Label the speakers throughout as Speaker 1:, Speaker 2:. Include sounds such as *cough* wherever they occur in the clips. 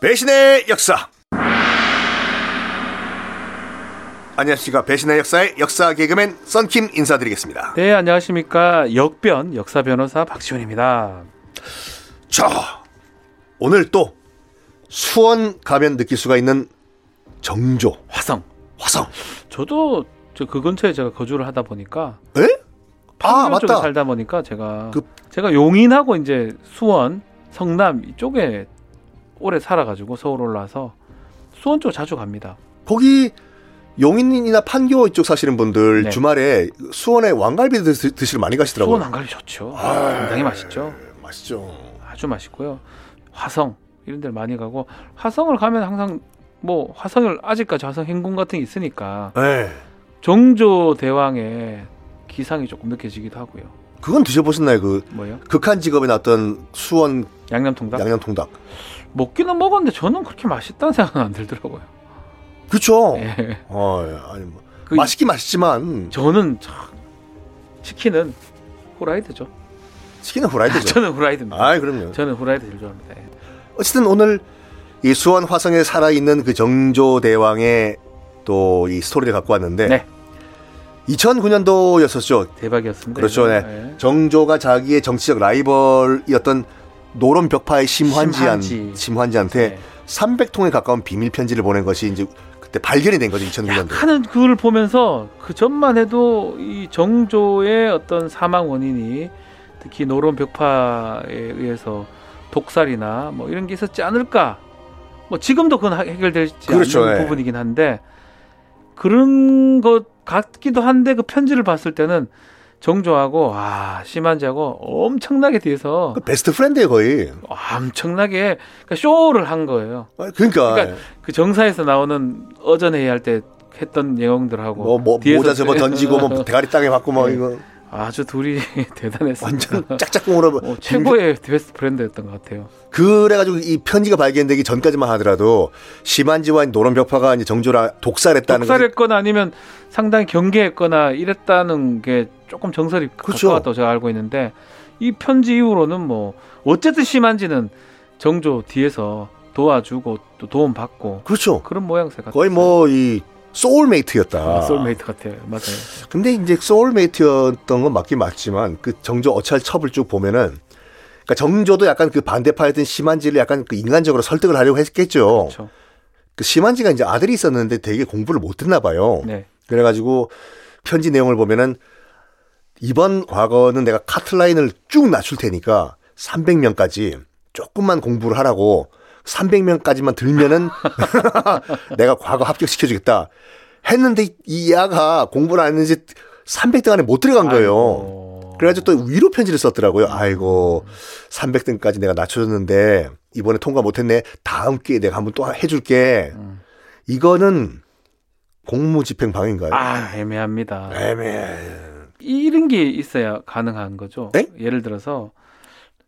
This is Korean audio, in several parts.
Speaker 1: 배신의 역사. 안녕하십니까 배신의 역사의 역사 개그맨 썬킴 인사드리겠습니다.
Speaker 2: 네, 안녕하십니까. 역변 역사 변호사 박지훈입니다.
Speaker 1: 자 오늘 또 수원 가면 느낄 수가 있는 정조
Speaker 2: 화성.
Speaker 1: 화성.
Speaker 2: 저도 저 그 근처에 제가 거주를 하다 보니까
Speaker 1: 에? 아
Speaker 2: 판교 쪽에
Speaker 1: 맞다.
Speaker 2: 살다 보니까 제가
Speaker 1: 그-
Speaker 2: 제가 용인하고 이제 수원, 성남 이쪽에 오래 살아가지고 서울 올라와서 수원 쪽 자주 갑니다.
Speaker 1: 거기 용인이나 판교 이쪽 사시는 분들
Speaker 2: 네.
Speaker 1: 주말에 수원에 왕갈비 드시, 드시러 많이 가시더라고요.
Speaker 2: 수원 안갈비 좋죠.
Speaker 1: 아, 예,
Speaker 2: 굉장히 맛있죠.
Speaker 1: 맛있죠.
Speaker 2: 아주 맛있고요. 화성 이런 데를 많이 가고 화성을 가면 항상 뭐 화성을 아직까지 화성 행군 같은 게 있으니까
Speaker 1: 네.
Speaker 2: 정조 대왕의 기상이 조금 느껴지기도 하고요.
Speaker 1: 그건 드셔보셨나요? 그
Speaker 2: 뭐예요?
Speaker 1: 극한 직업에 나왔던 수원
Speaker 2: 양념통닭?
Speaker 1: 양념통닭.
Speaker 2: 먹기는 먹었는데 저는 그렇게 맛있다는 생각은 안 들더라고요.
Speaker 1: 그쵸?
Speaker 2: 예.
Speaker 1: 어, 예. 아니 뭐
Speaker 2: 그
Speaker 1: 맛있긴 맛있지만
Speaker 2: 저는 참 치킨은 후라이드죠.
Speaker 1: 치킨은 후라이드죠.
Speaker 2: *laughs* 저는 후라이드입니다.
Speaker 1: 아, 그럼요.
Speaker 2: 저는 후라이드 제일 좋아합니다. 예.
Speaker 1: 어쨌든 오늘 이 수원 화성에 살아 있는 그 정조 대왕의 또 이 스토리를 갖고 왔는데
Speaker 2: 네.
Speaker 1: 2009년도였었죠.
Speaker 2: 대박이었습니다.
Speaker 1: 그렇죠.
Speaker 2: 이거.
Speaker 1: 네.
Speaker 2: 예.
Speaker 1: 정조가 자기의 정치적 라이벌이었던 노론 벽파의 심환지한
Speaker 2: 심환지.
Speaker 1: 심환지한테
Speaker 2: 네.
Speaker 1: 300통에 가까운 비밀 편지를 보낸 것이 이제 그때 발견이 된 거죠 2009년도.
Speaker 2: 하는 그걸 보면서 그 전만 해도 이 정조의 어떤 사망 원인이 특히 노론 벽파에 의해서 독살이나 뭐 이런 게 있었지 않을까. 뭐 지금도 그건 하- 해결되지
Speaker 1: 그렇죠,
Speaker 2: 않는
Speaker 1: 예.
Speaker 2: 부분이긴 한데 그런 것 같기도 한데 그 편지를 봤을 때는 정조하고 아 심한지하고 엄청나게 뒤에서
Speaker 1: 그 베스트 프렌드예요 거의.
Speaker 2: 엄청나게 그러니까 쇼를 한 거예요.
Speaker 1: 아, 그러니까,
Speaker 2: 그러니까 그 정사에서 나오는 어전회의 할 때 했던 내용들하고
Speaker 1: 뭐, 뭐
Speaker 2: 뒤에서
Speaker 1: 모자 접어 던지고
Speaker 2: *laughs*
Speaker 1: 뭐 대가리 땅에 맞고 막
Speaker 2: 예.
Speaker 1: 이거
Speaker 2: 아주 둘이 *laughs* 대단했어요.
Speaker 1: 완전 *laughs* 짝짝꿍으로
Speaker 2: 어, 최고의 베스트 브랜드였던 것 같아요.
Speaker 1: 그래가지고 이 편지가 발견되기 전까지만 하더라도 심한지와 노론 벽파가 이제 정조라 독살했다는 거지.
Speaker 2: 독살했거나 아니면 상당히 경계했거나 이랬다는 게 조금 정설이
Speaker 1: 그렇죠.
Speaker 2: 가까웠다고 제가 알고 있는데 이 편지 이후로는 뭐 어쨌든 심한지는 정조 뒤에서 도와주고 또 도움 받고
Speaker 1: 그렇죠.
Speaker 2: 그런 모양새 같아요.
Speaker 1: 거의 뭐 이 소울메이트였다.
Speaker 2: 아, 소울메이트 같아요. 맞아요.
Speaker 1: 근데 이제 소울메이트였던 건 맞긴 맞지만 그 정조 어찰 첩을 쭉 보면은 그러니까 정조도 약간 그 반대파였던 심한지를 약간 그 인간적으로 설득을 하려고 했겠죠.
Speaker 2: 그렇죠.
Speaker 1: 그 심한지가 이제 아들이 있었는데 되게 공부를 못했나 봐요.
Speaker 2: 네.
Speaker 1: 그래가지고 편지 내용을 보면은 이번 과거는 내가 카트라인을 쭉 낮출 테니까 300명까지 조금만 공부를 하라고 300명까지만 들면은 *laughs* 내가 과거 합격시켜주겠다 했는데 이 야가 공부를 안 했는지 300등 안에 못 들어간 거예요.
Speaker 2: 아이고.
Speaker 1: 그래가지고 또 위로 편지를 썼더라고요. 아이고 300등까지 내가 낮춰줬는데 이번에 통과 못했네. 다음 기회에 내가 한번 또 해줄게.
Speaker 2: 음.
Speaker 1: 이거는 공무집행방인가요?
Speaker 2: 아, 애매합니다.
Speaker 1: 애매해.
Speaker 2: 이런 게 있어야 가능한 거죠.
Speaker 1: 네?
Speaker 2: 예를 들어서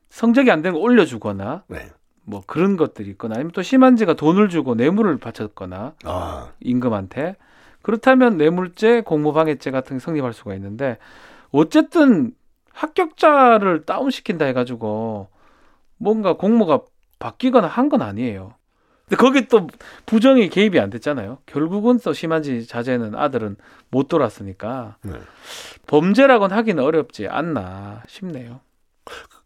Speaker 2: 성적이 안 되는 거 올려주거나
Speaker 1: 네.
Speaker 2: 뭐 그런 것들이 있거나 아니면 또 심한지가 돈을 주고 뇌물을 바쳤거나
Speaker 1: 아,
Speaker 2: 임금한테 그렇다면 뇌물죄, 공무방해죄 같은 게 성립할 수가 있는데 어쨌든 합격자를 다운시킨다 해가지고 뭔가 공모가 바뀌거나 한 건 아니에요. 근데 거기 또 부정이 개입이 안 됐잖아요. 결국은 또 심한지 자제는 아들은 못 돌았으니까
Speaker 1: 네.
Speaker 2: 범죄라고는 하기는 어렵지 않나 싶네요.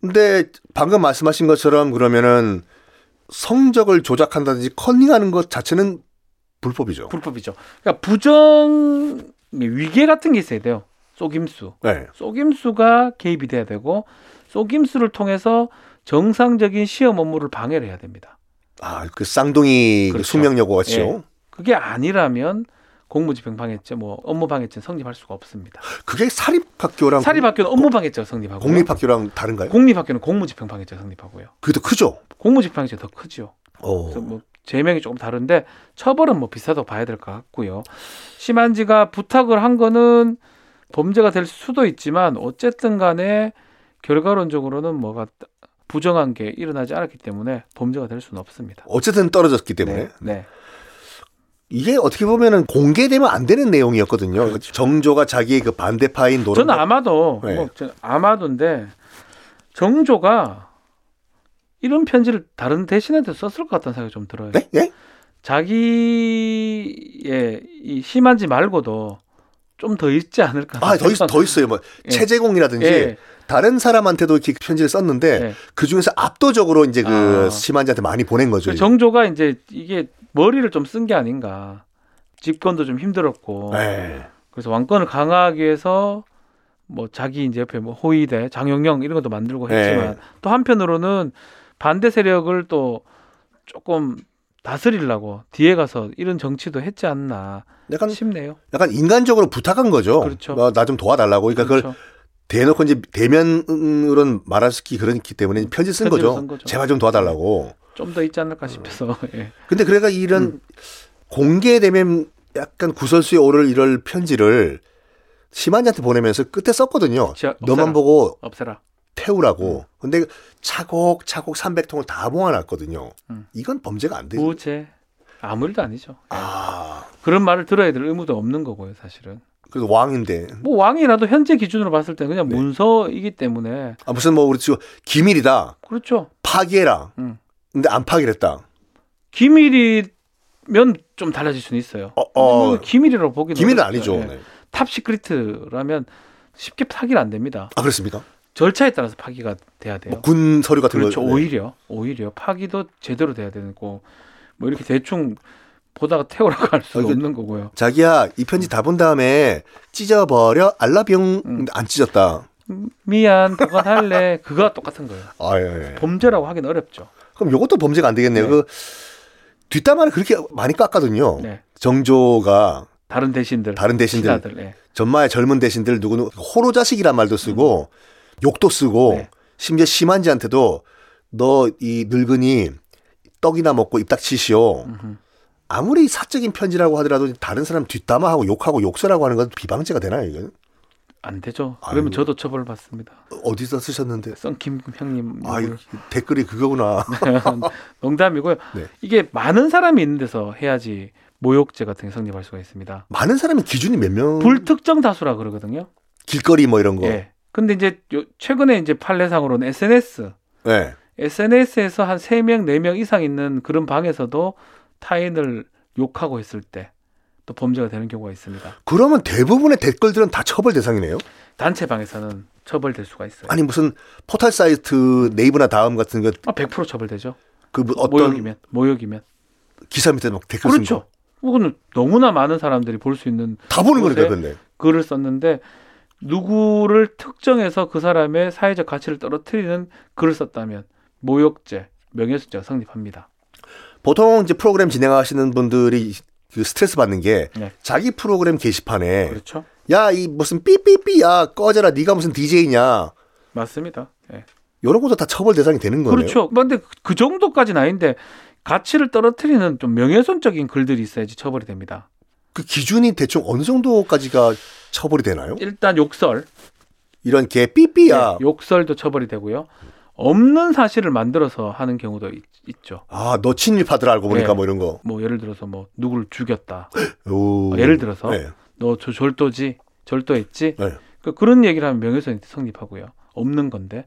Speaker 1: 근데 방금 말씀하신 것처럼 그러면은 성적을 조작한다든지 컨닝하는 것 자체는 불법이죠.
Speaker 2: 불법이죠. 그러니까 부정 위계 같은 게 있어야 돼요. 속임수.
Speaker 1: 네.
Speaker 2: 쏘김수가 개입이 돼야 되고 쏘김수를 통해서 정상적인 시험 업무를 방해를 해야 됩니다.
Speaker 1: 아, 그 쌍둥이 그
Speaker 2: 그렇죠.
Speaker 1: 숙명여고 같이요.
Speaker 2: 예. 그게 아니라면 공무집행 방해죄, 뭐 업무 방해죄 성립할 수가 없습니다.
Speaker 1: 그게 사립학교랑
Speaker 2: 사립학교는 업무 방해죄가 성립하고
Speaker 1: 공립학교랑 다른가요?
Speaker 2: 공립학교는 공무집행 방해죄 성립하고요.
Speaker 1: 그게 더 크죠.
Speaker 2: 공무집행 방해죄 더 크죠.
Speaker 1: 어.
Speaker 2: 그래서 뭐 제명이 조금 다른데 처벌은 뭐 비슷하다고 봐야 될 것 같고요. 심한지가 부탁을 한 거는 범죄가 될 수도 있지만 어쨌든 간에 결과론적으로는 뭐가 따- 부정한 게 일어나지 않았기 때문에 범죄가 될 수는 없습니다.
Speaker 1: 어쨌든 떨어졌기 때문에
Speaker 2: 네.
Speaker 1: 이게 어떻게 보면은 공개되면 안 되는 내용이었거든요.
Speaker 2: 그렇죠.
Speaker 1: 그러니까 정조가 자기의 그 반대파인 노론
Speaker 2: 저는 아마도
Speaker 1: 네.
Speaker 2: 뭐 저는 아마도인데 정조가 이런 편지를 다른 대신한테 썼을 것 같다는 생각이 좀 들어요.
Speaker 1: 네? 예?
Speaker 2: 자기의 이 심한지 말고도 좀 더 있지 않을까.
Speaker 1: 아, 더, 있,
Speaker 2: 생각-
Speaker 1: 더 있어요. 뭐,
Speaker 2: 예.
Speaker 1: 체제공이라든지,
Speaker 2: 예,
Speaker 1: 다른 사람한테도 이렇게 편지를 썼는데,
Speaker 2: 예.
Speaker 1: 그 중에서 압도적으로 이제 그
Speaker 2: 아.
Speaker 1: 심한지한테 많이 보낸 거죠.
Speaker 2: 그 정조가 이제 이게 머리를 좀 쓴 게 아닌가. 집권도 좀 힘들었고.
Speaker 1: 예.
Speaker 2: 그래서 왕권을 강화하기 위해서 뭐 자기 이제 옆에 뭐 호위대, 장영영 이런 것도 만들고 했지만
Speaker 1: 예.
Speaker 2: 또 한편으로는 반대 세력을 또 조금 다스리려고 뒤에 가서 이런 정치도 했지 않나
Speaker 1: 약간,
Speaker 2: 싶네요.
Speaker 1: 약간 인간적으로 부탁한 거죠.
Speaker 2: 그렇죠.
Speaker 1: 나 좀 도와달라고. 그러니까 그걸
Speaker 2: 그렇죠.
Speaker 1: 대놓고 이제 대면으로는 말할 수 있기 그렇기 때문에 편지 쓴
Speaker 2: 편지로
Speaker 1: 거죠.
Speaker 2: 쓴 거죠.
Speaker 1: 제발 좀 도와달라고.
Speaker 2: 좀 더 있지 않을까 싶어서. *laughs* 예.
Speaker 1: 근데 그래가 이런 공개되면 약간 구설수에 오를 이럴 편지를 심한지한테 보내면서 끝에 썼거든요.
Speaker 2: 자, 음.
Speaker 1: 너만
Speaker 2: 없애라.
Speaker 1: 보고
Speaker 2: 없애라.
Speaker 1: 태우라고. 근데 차곡차곡 300통을 다 모아놨거든요.
Speaker 2: 음. 뭐,
Speaker 1: 이건 범죄가 안 되죠.
Speaker 2: 무죄. 아무 일도 아니죠.
Speaker 1: 아,
Speaker 2: 그런 말을 들어야 될 의무도 없는 거고요, 사실은.
Speaker 1: 그래도 왕인데.
Speaker 2: 뭐 왕이라도 현재 기준으로 봤을 때는 그냥
Speaker 1: 네.
Speaker 2: 문서이기 때문에
Speaker 1: 아, 무슨 뭐 우리 지금 기밀이다.
Speaker 2: 그렇죠.
Speaker 1: 파기해라.
Speaker 2: 음.
Speaker 1: 근데 안 파기를 했다.
Speaker 2: 기밀이면 좀 달라질 수는 있어요.
Speaker 1: 어, 어.
Speaker 2: 근데 뭐 기밀이라고 보기는
Speaker 1: 기밀은
Speaker 2: 어렵죠.
Speaker 1: 아니죠.
Speaker 2: 예.
Speaker 1: 네.
Speaker 2: 탑 시크릿라면 쉽게 파기는 안 됩니다.
Speaker 1: 아, 그렇습니까?
Speaker 2: 절차에 따라서 파기가 돼야 돼요.
Speaker 1: 뭐 군 서류 같은
Speaker 2: 그렇죠.
Speaker 1: 거. 네.
Speaker 2: 오히려 오히려 파기도 제대로 돼야 되는 거고 뭐 이렇게 대충 보다가 태우라고 할
Speaker 1: 아,
Speaker 2: 수는
Speaker 1: 이게-
Speaker 2: 없는 거고요.
Speaker 1: 자기야, 이 편지 다 본 다음에 찢어버려. 알라비용
Speaker 2: 음.
Speaker 1: 안 찢었다.
Speaker 2: 음, 미안 보관할래 그거와 똑같은 거예요.
Speaker 1: 아, 예, 예.
Speaker 2: 범죄라고 하긴 어렵죠.
Speaker 1: 그럼 요것도 범죄가 안 되겠네요.
Speaker 2: 네.
Speaker 1: 그 뒷담화를 그렇게 많이 깠거든요.
Speaker 2: 네.
Speaker 1: 정조가
Speaker 2: 다른 대신들,
Speaker 1: 어, 다른 대신들
Speaker 2: 신하들, 예.
Speaker 1: 전마의 젊은 대신들 누구는 호로 자식이란 말도 쓰고 욕도 쓰고
Speaker 2: 네.
Speaker 1: 심지어 심한지한테도 너 이 늙은이 떡이나 먹고 입닥치시오.
Speaker 2: 음흠.
Speaker 1: 아무리 사적인 편지라고 하더라도 다른 사람 뒷담화하고 욕하고 욕설하고 하는 건 비방죄가 되나요? 이건
Speaker 2: 안 되죠. 그러면
Speaker 1: 아이고.
Speaker 2: 저도 처벌 받습니다.
Speaker 1: 어디서 쓰셨는데?
Speaker 2: 썬김 형님
Speaker 1: 아,
Speaker 2: 욕을
Speaker 1: 이 댓글이 그거구나.
Speaker 2: *laughs*
Speaker 1: *laughs*
Speaker 2: 농담이고요.
Speaker 1: 네.
Speaker 2: 이게 많은 사람이 있는 데서 해야지 모욕죄 같은 게 성립할 수가 있습니다.
Speaker 1: 많은 사람이 기준이 몇 명?
Speaker 2: 불특정 다수라 그러거든요.
Speaker 1: 길거리 뭐 이런 거. 예.
Speaker 2: 예. 근데 이제 요- 최근에 이제 판례상으로는 SNS,
Speaker 1: 예.
Speaker 2: SNS에서 한 3명, 4명 이상 있는 그런 방에서도 타인을 욕하고 했을 때 또 범죄가 되는 경우가 있습니다.
Speaker 1: 그러면 대부분의 댓글들은 다 처벌 대상이네요.
Speaker 2: 단체방에서는 처벌될 수가 있어요.
Speaker 1: 아니 무슨 포털 사이트 네이버나 다음 같은 거 그
Speaker 2: 아, 100% 처벌되죠.
Speaker 1: 어떤
Speaker 2: 모욕이면. 모욕이면.
Speaker 1: 기사 밑에 막 댓글 쓰는
Speaker 2: 그렇죠. 그거는 너무나 많은 사람들이 볼 수 있는
Speaker 1: 거다 보는
Speaker 2: 그러세요?
Speaker 1: 거니까 근데
Speaker 2: 글을 썼는데 누구를 특정해서 그 사람의 사회적 가치를 떨어뜨리는 글을 썼다면 모욕죄, 명예훼손죄가 성립합니다.
Speaker 1: 보통 이제 프로그램 진행하시는 분들이 그 스트레스 받는 게
Speaker 2: 네.
Speaker 1: 자기 프로그램 게시판에
Speaker 2: 그렇죠?
Speaker 1: 야 이 무슨 삐삐삐야 꺼져라 네가 무슨 DJ냐
Speaker 2: 맞습니다. 예.
Speaker 1: 이런 것도 다 처벌 대상이 되는 거네요.
Speaker 2: 그렇죠. 그런데 그 정도까지는 아닌데 가치를 떨어뜨리는 좀 명예훼손적인 글들이 있어야지 처벌이 됩니다.
Speaker 1: 그 기준이 대충 어느 정도까지가 처벌이 되나요?
Speaker 2: 일단 욕설,
Speaker 1: 이런 개 삐삐야
Speaker 2: 예, 욕설도 처벌이 되고요. 없는 사실을 만들어서 하는 경우도 있, 죠
Speaker 1: 아 너 친일파들 알고 보니까
Speaker 2: 네.
Speaker 1: 뭐 이런 거
Speaker 2: 뭐 예를 들어서 뭐 누구를 죽였다,
Speaker 1: 오.
Speaker 2: 어, 예를 들어서
Speaker 1: 네.
Speaker 2: 너 저 절도지, 절도했지,
Speaker 1: 네.
Speaker 2: 그 그런 얘기를 하면 명예훼손이 성립하고요. 없는 건데.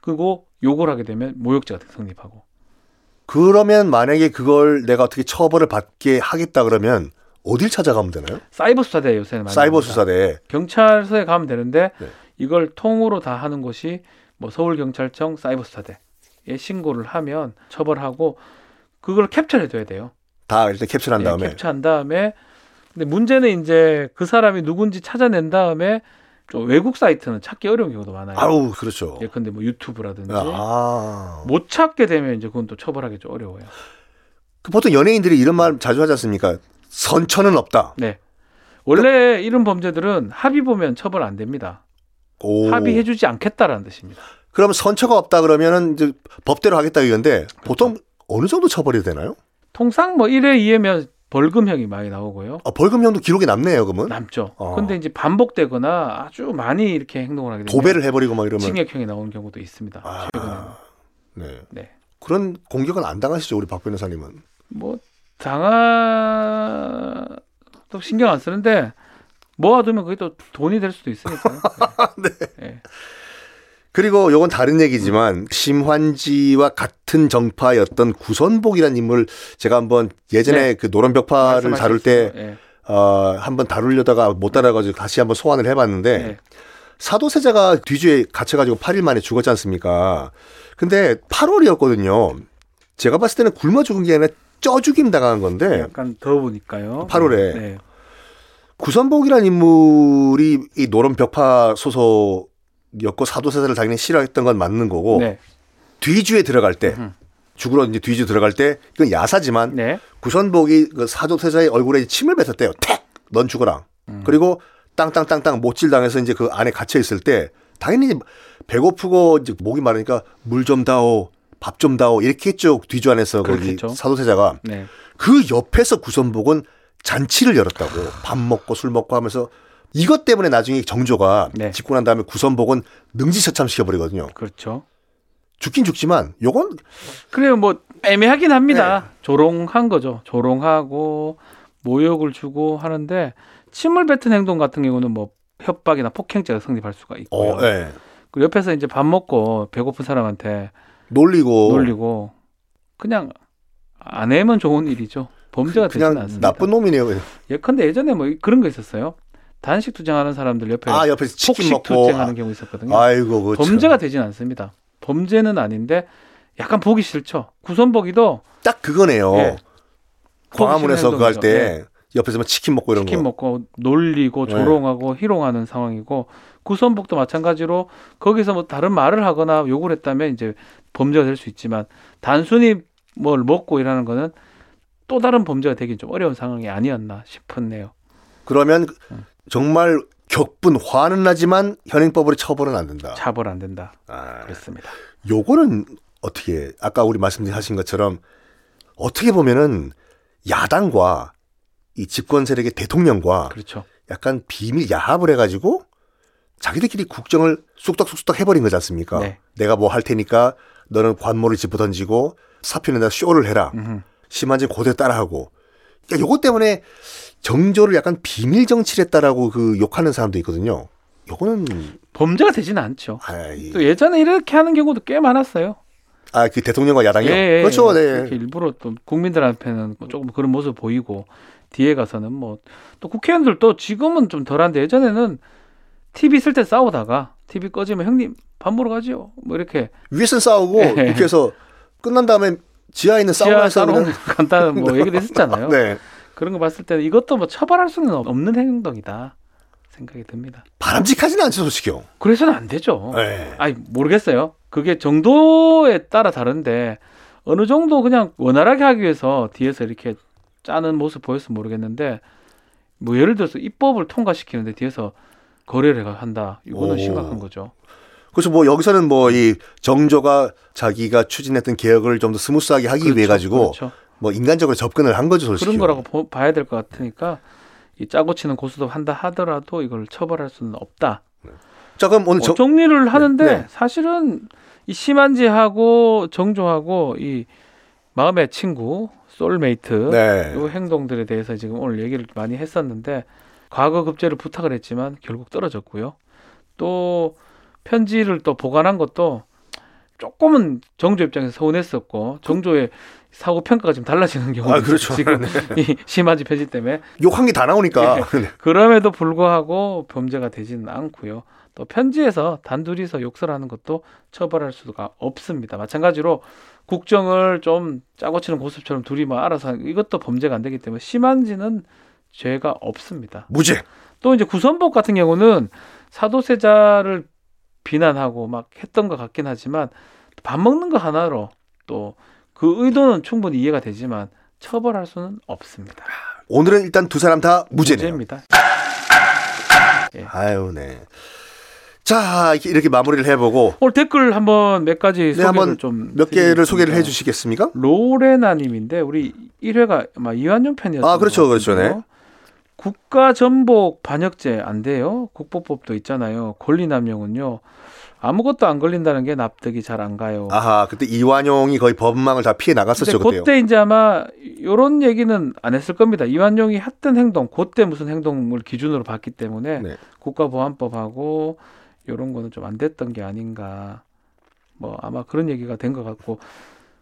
Speaker 2: 그리고 욕을 하게 되면 모욕죄가 성립하고.
Speaker 1: 그러면 만약에 그걸 내가 어떻게 처벌을 받게 하겠다 그러면 어딜 찾아가면 되나요?
Speaker 2: 사이버 수사대 요새는 많이
Speaker 1: 사이버
Speaker 2: 합니다.
Speaker 1: 수사대.
Speaker 2: 경찰서에 가면 되는데
Speaker 1: 네.
Speaker 2: 이걸 통으로 다 하는 곳이 뭐 서울 경찰청 사이버 수사대에 신고를 하면 처벌하고 그걸 캡처해 둬야 돼요.
Speaker 1: 다 일단 캡처한
Speaker 2: 예,
Speaker 1: 다음에
Speaker 2: 캡처한 다음에 근데 문제는 이제 그 사람이 누군지 찾아낸 다음에 좀 외국 사이트는 찾기 어려운 경우도 많아요.
Speaker 1: 아우 그렇죠.
Speaker 2: 예. 예컨대 뭐 유튜브라든지
Speaker 1: 아.
Speaker 2: 못 찾게 되면 이제 그건 또 처벌하기 좀 어려워요.
Speaker 1: 그 보통 연예인들이 이런 말 자주 하지 않습니까? 선처는 없다.
Speaker 2: 네. 원래 이런 범죄들은 합의 보면 처벌 안 됩니다.
Speaker 1: 오.
Speaker 2: 합의해주지 않겠다라는 뜻입니다.
Speaker 1: 그러면 선처가 없다 그러면은 이제 법대로 하겠다 이건데 보통
Speaker 2: 그렇죠.
Speaker 1: 어느 정도 처벌이 되나요?
Speaker 2: 통상 뭐 1회 2회면 벌금형이 많이 나오고요.
Speaker 1: 아, 벌금형도 기록에 남네요, 그러면.
Speaker 2: 남죠.
Speaker 1: 어.
Speaker 2: 근데 이제 반복되거나 아주 많이 이렇게 행동을 하게 되면
Speaker 1: 도배를 해버리고 막 이러면.
Speaker 2: 네. 징역형이 나오는 경우도 있습니다.
Speaker 1: 아.
Speaker 2: 최근에는.
Speaker 1: 네.
Speaker 2: 네.
Speaker 1: 그런 공격은 안 당하시죠, 우리 박 변호사님은.
Speaker 2: 뭐 당하 또 신경
Speaker 1: *laughs*
Speaker 2: 안 네. 쓰는데 모아두면 그게 또 돈이 될 수도 있으니까. 네. 네.
Speaker 1: 그리고 요건 다른 얘기지만 심환지와 같은 정파였던 구선복이라는 인물 제가 한번 예전에
Speaker 2: 네.
Speaker 1: 그 노란벽파를 다룰 때
Speaker 2: 예.
Speaker 1: 어, 한번 다루려다가 못 다뤄가지고 다시 한번 소환을 해봤는데
Speaker 2: 네.
Speaker 1: 사도세자가 뒤주에 갇혀가지고 8일 만에 죽었지 않습니까? 근데 8월이었거든요. 제가 봤을 때는 굶어 죽은 게 아니라 쪄 죽임 당한 건데
Speaker 2: 약간 더우니까요.
Speaker 1: 8월에
Speaker 2: 네.
Speaker 1: 구선복이라는 인물이 이 노론 벽파 소속이었고 사도세자를 당연히 싫어했던 건 맞는 거고
Speaker 2: 네.
Speaker 1: 뒤주에 들어갈 때
Speaker 2: 음.
Speaker 1: 죽으러 이제 뒤주 들어갈 때 이건 야사지만
Speaker 2: 네.
Speaker 1: 구선복이 그 사도세자의 얼굴에 침을 뱉었대요. 택! 넌 죽어라.
Speaker 2: 음.
Speaker 1: 그리고 땅땅땅땅 못질 당해서 이제 그 안에 갇혀 있을 때 당연히 이제 배고프고 이제 목이 마르니까 물 좀 다오, 밥 좀 다오 이렇게 했죠. 뒤주 안에서 거기
Speaker 2: 그렇겠죠.
Speaker 1: 사도세자가
Speaker 2: 네.
Speaker 1: 그 옆에서 구선복은 잔치를 열었다고 밥 먹고 술 먹고 하면서 이것 때문에 나중에 정조가
Speaker 2: 네.
Speaker 1: 짓고 난 다음에 구선복은 능지처참 시켜버리거든요.
Speaker 2: 그렇죠.
Speaker 1: 죽긴 죽지만 요건
Speaker 2: 그래요. 뭐 애매하긴 합니다.
Speaker 1: 네.
Speaker 2: 조롱한 거죠. 조롱하고 모욕을 주고 하는데 침을 뱉은 행동 같은 경우는 뭐 협박이나 폭행죄가 성립할 수가 있고요.
Speaker 1: 어, 예.
Speaker 2: 그 옆에서 이제 밥 먹고 배고픈 사람한테
Speaker 1: 놀리고
Speaker 2: 놀리고 그냥 안 해면 좋은 일이죠. 범죄가 되지는
Speaker 1: 그냥
Speaker 2: 않습니다.
Speaker 1: 나쁜 놈이네요.
Speaker 2: 예컨대 예전에 뭐 그런 거 있었어요. 단식 투쟁하는 사람들 옆에
Speaker 1: 아 옆에서 치킨
Speaker 2: 폭식
Speaker 1: 먹고
Speaker 2: 투쟁하는 경우 있었거든요.
Speaker 1: 아이고 그
Speaker 2: 범죄가 되진 않습니다. 범죄는 아닌데 약간 보기 싫죠. 구선보기도
Speaker 1: 딱 그거네요.
Speaker 2: 예.
Speaker 1: 광화문에서 그거 할
Speaker 2: 행동이죠. 예.
Speaker 1: 때 옆에서 막 치킨 먹고 이런
Speaker 2: 치킨
Speaker 1: 거.
Speaker 2: 먹고 놀리고
Speaker 1: 네.
Speaker 2: 조롱하고 희롱하는 상황이고 구선복도 마찬가지로 거기서 뭐 다른 말을 하거나 욕을 했다면 이제 범죄가 될 수 있지만 단순히 뭘 먹고 이러는 거는 또 다른 범죄가 되긴 좀 어려운 상황이 아니었나 싶었네요.
Speaker 1: 그러면
Speaker 2: 예.
Speaker 1: 정말 격분 화는 나지만 현행법으로 처벌은 안 된다.
Speaker 2: 처벌 안 된다.
Speaker 1: 아,
Speaker 2: 그렇습니다.
Speaker 1: 요거는 어떻게 아까 우리 말씀하신 것처럼 어떻게 보면은 야당과 이 집권 세력의 대통령과
Speaker 2: 그렇죠.
Speaker 1: 약간 비밀 야합을 해가지고 자기들끼리 국정을 쑥덕쑥덕 해버린 거지 않습니까?
Speaker 2: 네.
Speaker 1: 내가 뭐 할 테니까 너는 관모를 짚어던지고 사표는 다 쇼를 해라.
Speaker 2: 음.
Speaker 1: 심한지 고대 따라하고. 그러니까 요것 때문에 정조를 약간 비밀 정치를 했다라고 그 욕하는 사람도 있거든요. 요거는
Speaker 2: 범죄가 되지는 않죠.
Speaker 1: 아이,
Speaker 2: 또 예전에 이렇게 하는 경우도 꽤 많았어요.
Speaker 1: 아, 그 대통령과 야당이요.
Speaker 2: 예, 예,
Speaker 1: 그렇죠.
Speaker 2: 예.
Speaker 1: 네.
Speaker 2: 이렇게 일부러 또 국민들 앞에는 뭐 조금 그런 모습 보이고 뒤에 가서는 뭐 또 국회의원들도 지금은 좀 덜한데 예전에는 TV 있을 때 싸우다가 TV 꺼지면 형님 밥 먹으러 가지요. 뭐 이렇게
Speaker 1: 위에서는 싸우고
Speaker 2: 예.
Speaker 1: 국회에서 끝난 다음에 지하에 있는
Speaker 2: 지하
Speaker 1: 사우나에서
Speaker 2: 싸우는
Speaker 1: 그냥
Speaker 2: *laughs* 간단한 뭐 얘기도 했었잖아요.
Speaker 1: *laughs* 네.
Speaker 2: 그런 거 봤을 때는 이것도 뭐 처벌할 수는 없는 행동이다 생각이 듭니다.
Speaker 1: 바람직하지는 않죠, 솔직히요.
Speaker 2: 그래서는 안 되죠.
Speaker 1: 예.
Speaker 2: 아니 모르겠어요. 그게 정도에 따라 다른데 어느 정도 그냥 원활하게 하기 위해서 뒤에서 이렇게 짜는 모습 보였으면 모르겠는데 뭐 예를 들어서 입법을 통과시키는데 뒤에서 거래를 해가 한다. 이거는
Speaker 1: 오.
Speaker 2: 심각한 거죠.
Speaker 1: 그렇죠. 뭐 여기서는 뭐 이 정조가 자기가 추진했던 개혁을 좀 더 스무스하게 하기 위해 가지고
Speaker 2: 그렇죠.
Speaker 1: 뭐 인간적으로 접근을 한 거죠, 솔직히.
Speaker 2: 그런 거라고 보- 봐야 될 것 같으니까 이 짜고 치는 고수도 한다 하더라도 이걸 처벌할 수는 없다.
Speaker 1: 자, 그럼 오늘
Speaker 2: 어,
Speaker 1: 정,
Speaker 2: 정리를 하는데
Speaker 1: 네.
Speaker 2: 사실은 이 심한지하고 정조하고 이 마음의 친구 솔메이트
Speaker 1: 네.
Speaker 2: 요그 행동들에 대해서 지금 오늘 얘기를 많이 했었는데 과거 급제를 부탁을 했지만 결국 떨어졌고요. 또 편지를 또 보관한 것도 조금은 정조 입장에서 서운했었고 정조의 사고 평가가 지금 달라지는 경우가
Speaker 1: 아, 그렇죠. *laughs*
Speaker 2: 있어요, 지금 이 심하지 편지 때문에
Speaker 1: 욕한 게 다 나오니까. *laughs*
Speaker 2: 네.
Speaker 1: 네.
Speaker 2: 그럼에도 불구하고 범죄가 되지는 않고요. 또 편지에서 단둘이서 욕설하는 것도 처벌할 수가 없습니다. 마찬가지로 국정을 좀 짜고 치는 고수처럼 둘이 막 알아서 하는 이것도 범죄가 안 되기 때문에 심한지는 죄가 없습니다.
Speaker 1: 무죄.
Speaker 2: 또 이제 구선복 같은 경우는 사도세자를 비난하고 막 했던 것 같긴 하지만 밥 먹는 거 하나로 또 그 의도는 충분히 이해가 되지만 처벌할 수는 없습니다.
Speaker 1: 오늘은 일단 두 사람 다 무죄네요.
Speaker 2: 무죄입니다.
Speaker 1: 아유, 네. 자, 이렇게- 이렇게 마무리를 해보고
Speaker 2: 오늘 댓글 한번 몇 가지 소개를
Speaker 1: 네, 한번
Speaker 2: 좀
Speaker 1: 몇 개를
Speaker 2: 드리겠습니다.
Speaker 1: 소개를 해주시겠습니까?
Speaker 2: 로레나님인데 우리 1회가 아마 이완용 편이었던
Speaker 1: 아, 그렇죠,
Speaker 2: 것 같은데요.
Speaker 1: 그렇죠,
Speaker 2: 국가 전복 반역죄 안 돼요. 국보법도 있잖아요. 권리남용은요. 아무것도 안 걸린다는 게 납득이 잘 안 가요.
Speaker 1: 아하, 그때 이완용이 거의 법망을 다 피해 나갔었죠,
Speaker 2: 근데
Speaker 1: 그때요.
Speaker 2: 그때 이제 아마 요런 얘기는 안 했을 겁니다. 이완용이 했던 행동, 그때 무슨 행동을 기준으로 봤기 때문에
Speaker 1: 네.
Speaker 2: 국가보안법하고 이런 거는 좀 안 됐던 게 아닌가. 뭐 아마 그런 얘기가 된 것 같고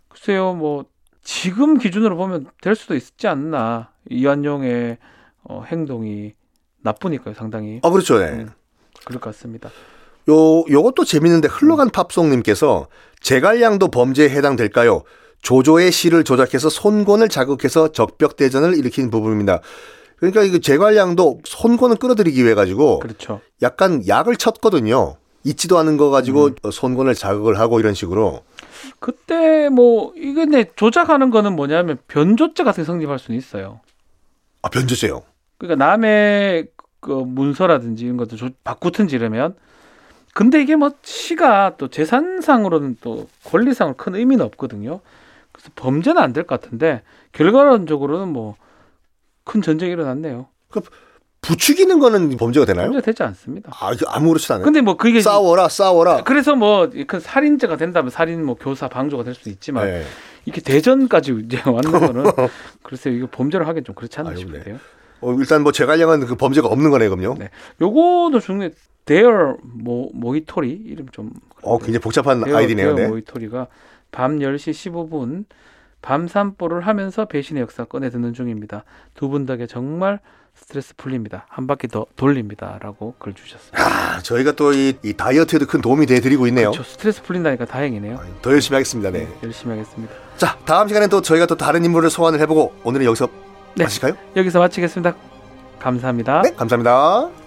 Speaker 2: 글쎄요 뭐 지금 기준으로 보면 될 수도 있지 않나 이완용의 어, 행동이 나쁘니까요 상당히
Speaker 1: 아 그렇죠. 예.
Speaker 2: 음. 그럴 것 같습니다.
Speaker 1: 요 요것도 재밌는데 흘러간 팝송님께서 제갈량도 범죄에 해당될까요? 조조의 시를 조작해서 손권을 자극해서 적벽대전을 일으킨 부분입니다. 그러니까 이거 제갈량도 손권을 끌어들이기 위해 가지고
Speaker 2: 그렇죠.
Speaker 1: 약간 약을 쳤거든요. 있지도 않은 거
Speaker 2: 음.
Speaker 1: 가지고 어, 손권을 자극을 하고 이런 식으로.
Speaker 2: 그때 뭐 이게 근데 조작하는 거는 뭐냐면 변조죄 같은 게 성립할 수는 있어요.
Speaker 1: 아 변조죄요.
Speaker 2: 그러니까 남의 그 문서라든지 이런 것도 조- 바꾸든지 이러면 근데 이게 뭐 시가 또 재산상으로는 또 권리상으로 큰 의미는 없거든요. 그래서 범죄는 안 될 것 같은데 결과론적으로는 뭐 큰 전쟁이 일어났네요.
Speaker 1: 부추기는 거는 범죄가 되나요?
Speaker 2: 범죄 되지 않습니다.
Speaker 1: 아 이거 아무렇지도 않아요.
Speaker 2: 근데 뭐 그게
Speaker 1: 싸워라 싸워라.
Speaker 2: 그래서 뭐 큰 살인죄가 된다면 살인 뭐 교사 방조가 될 수도 있지만
Speaker 1: 네.
Speaker 2: 이렇게 대전까지 이제 왔는
Speaker 1: *laughs*
Speaker 2: 거는 글쎄요 이거 범죄를 하긴 좀 그렇지 않나
Speaker 1: 아유, 네.
Speaker 2: 싶은데요.
Speaker 1: 어, 일단 뭐 제갈량은 그 범죄가 없는 거네요, 그럼요.
Speaker 2: 네. 요거도 중에 데어 모 모이토리 이름 좀
Speaker 1: 어 굉장히 복잡한
Speaker 2: 데어,
Speaker 1: 아이디네요.
Speaker 2: 데어
Speaker 1: 네.
Speaker 2: 모이토리가 밤 10시 15분 밤산보를 하면서 배신의 역사 꺼내 듣는 중입니다. 두 분 덕에 정말 스트레스 풀립니다. 한 바퀴 더 돌립니다라고 글 주셨어요.
Speaker 1: 아, 저희가 또 이 다이어트에도 큰 도움이 돼 드리고 있네요.
Speaker 2: 저 그렇죠. 스트레스 풀린다니까 다행이네요.
Speaker 1: 더 열심히 하겠습니다. 네.
Speaker 2: 열심히 하겠습니다.
Speaker 1: 자, 다음 시간에 또 저희가 또 다른 인물을 소환을 해보고 오늘은 여기서
Speaker 2: 네. 아.
Speaker 1: 마실까요?
Speaker 2: 여기서 마치겠습니다. 감사합니다.
Speaker 1: 네, 감사합니다.